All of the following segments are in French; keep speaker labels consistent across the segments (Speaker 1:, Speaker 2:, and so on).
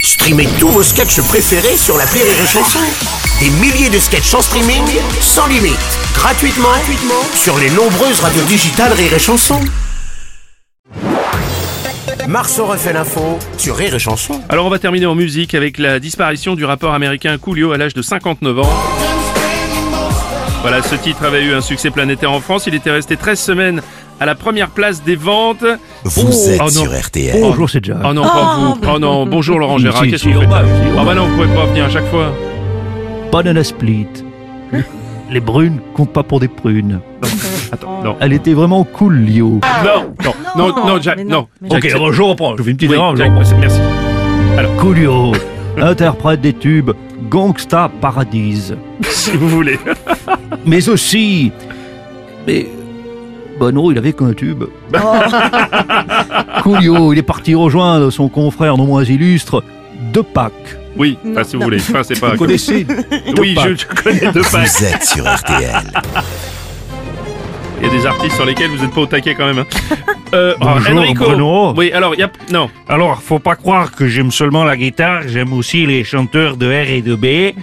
Speaker 1: Streamez tous vos sketchs préférés sur la Rire et Chanson. Des milliers de sketchs en streaming, sans limite, gratuitement, gratuitement sur les nombreuses radios digitales Rire et Chanson. Marceau refait l'info sur Rire et Chanson.
Speaker 2: Alors on va terminer en musique avec la disparition du rappeur américain Coolio à l'âge de 59 ans. Voilà, ce titre avait eu un succès planétaire en France. Il était resté 13 semaines à la première place des ventes.
Speaker 3: Vous
Speaker 2: Oh,
Speaker 3: êtes
Speaker 2: oh non.
Speaker 3: sur RTL.
Speaker 4: Bonjour, c'est Jack.
Speaker 2: Oh non, pas vous. Oh non, bonjour Laurent Gérard.
Speaker 4: Si,
Speaker 2: Qu'est-ce
Speaker 4: si,
Speaker 2: que
Speaker 4: on
Speaker 2: vous faites
Speaker 4: va,
Speaker 2: là
Speaker 4: si, on
Speaker 2: Ah bah non, vous pouvez pas venir à chaque fois.
Speaker 4: Banana split. Les brunes comptent pas pour des prunes.
Speaker 2: Attends, non.
Speaker 4: Elle était vraiment cool, Lio.
Speaker 2: Non, non, Ah. non, non, Jack,
Speaker 5: mais
Speaker 2: non.
Speaker 5: non,
Speaker 2: Jack, c'est-
Speaker 4: je reprends. Je fais une petite
Speaker 2: oui,
Speaker 4: erreur, je
Speaker 2: Jack,
Speaker 4: reprends.
Speaker 2: c'est- merci.
Speaker 4: Coolio, interprète des tubes Gangsta Paradise.
Speaker 2: Si vous voulez.
Speaker 4: Mais aussi. Mais. Bah non, il avait qu'un tube. Coolio, il est parti rejoindre son confrère non moins illustre, De Pâques.
Speaker 2: Oui, enfin, si vous voulez. Enfin, c'est pas.
Speaker 4: Vous connaissez
Speaker 2: Oui, je, je connais deux packs.
Speaker 3: Vous êtes sur RTL.
Speaker 2: Il y a des artistes sur lesquels vous n'êtes pas au taquet quand même. hein. Euh, alors,
Speaker 6: Bonjour,
Speaker 2: Enrico.
Speaker 6: Bruno.
Speaker 2: Oui, alors, il y a... Non.
Speaker 6: Alors, faut pas croire que j'aime seulement la guitare, j'aime aussi les chanteurs de R et de B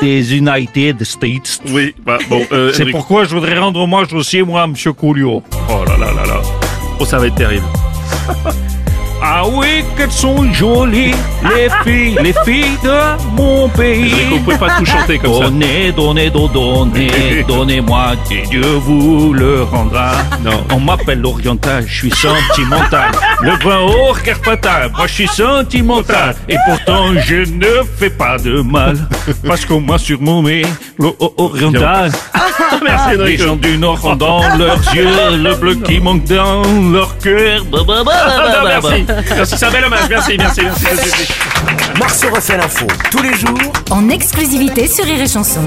Speaker 6: des United States.
Speaker 2: Oui, bah, bon. Euh,
Speaker 6: C'est
Speaker 2: Enrico.
Speaker 6: pourquoi je voudrais rendre hommage aussi, moi, à Monsieur Coolio.
Speaker 2: Oh là là là là. Oh, ça va être terrible.
Speaker 6: Ah oui, qu'elles sont jolies, les filles, les filles de mon
Speaker 2: Enrico, vous
Speaker 6: pays.
Speaker 2: pouvez pas tout chanter comme ça.
Speaker 6: Donnez, donnez, do- donnez, donnez-moi, et Dieu vous le rendra.
Speaker 2: Non.
Speaker 6: On m'appelle l'oriental, je suis sentimental. Le vin hors carpatal, moi je suis sentimental. Et pourtant je ne fais pas de mal. Parce qu'on m'a surnommé le o- oriental.
Speaker 2: Merci,
Speaker 6: Les
Speaker 2: Enrico.
Speaker 6: gens du Nord ont dans leurs yeux le bleu qui manque dans leur cœur. Bah, bah, bah, bah,
Speaker 2: Ah,
Speaker 6: bah,
Speaker 2: non,
Speaker 6: bah, bah.
Speaker 2: merci. Merci, c'est un bel hommage. Merci, merci, merci. merci.
Speaker 1: Marceau refait l'info tous les jours
Speaker 5: En exclusivité sur Rire et Chanson.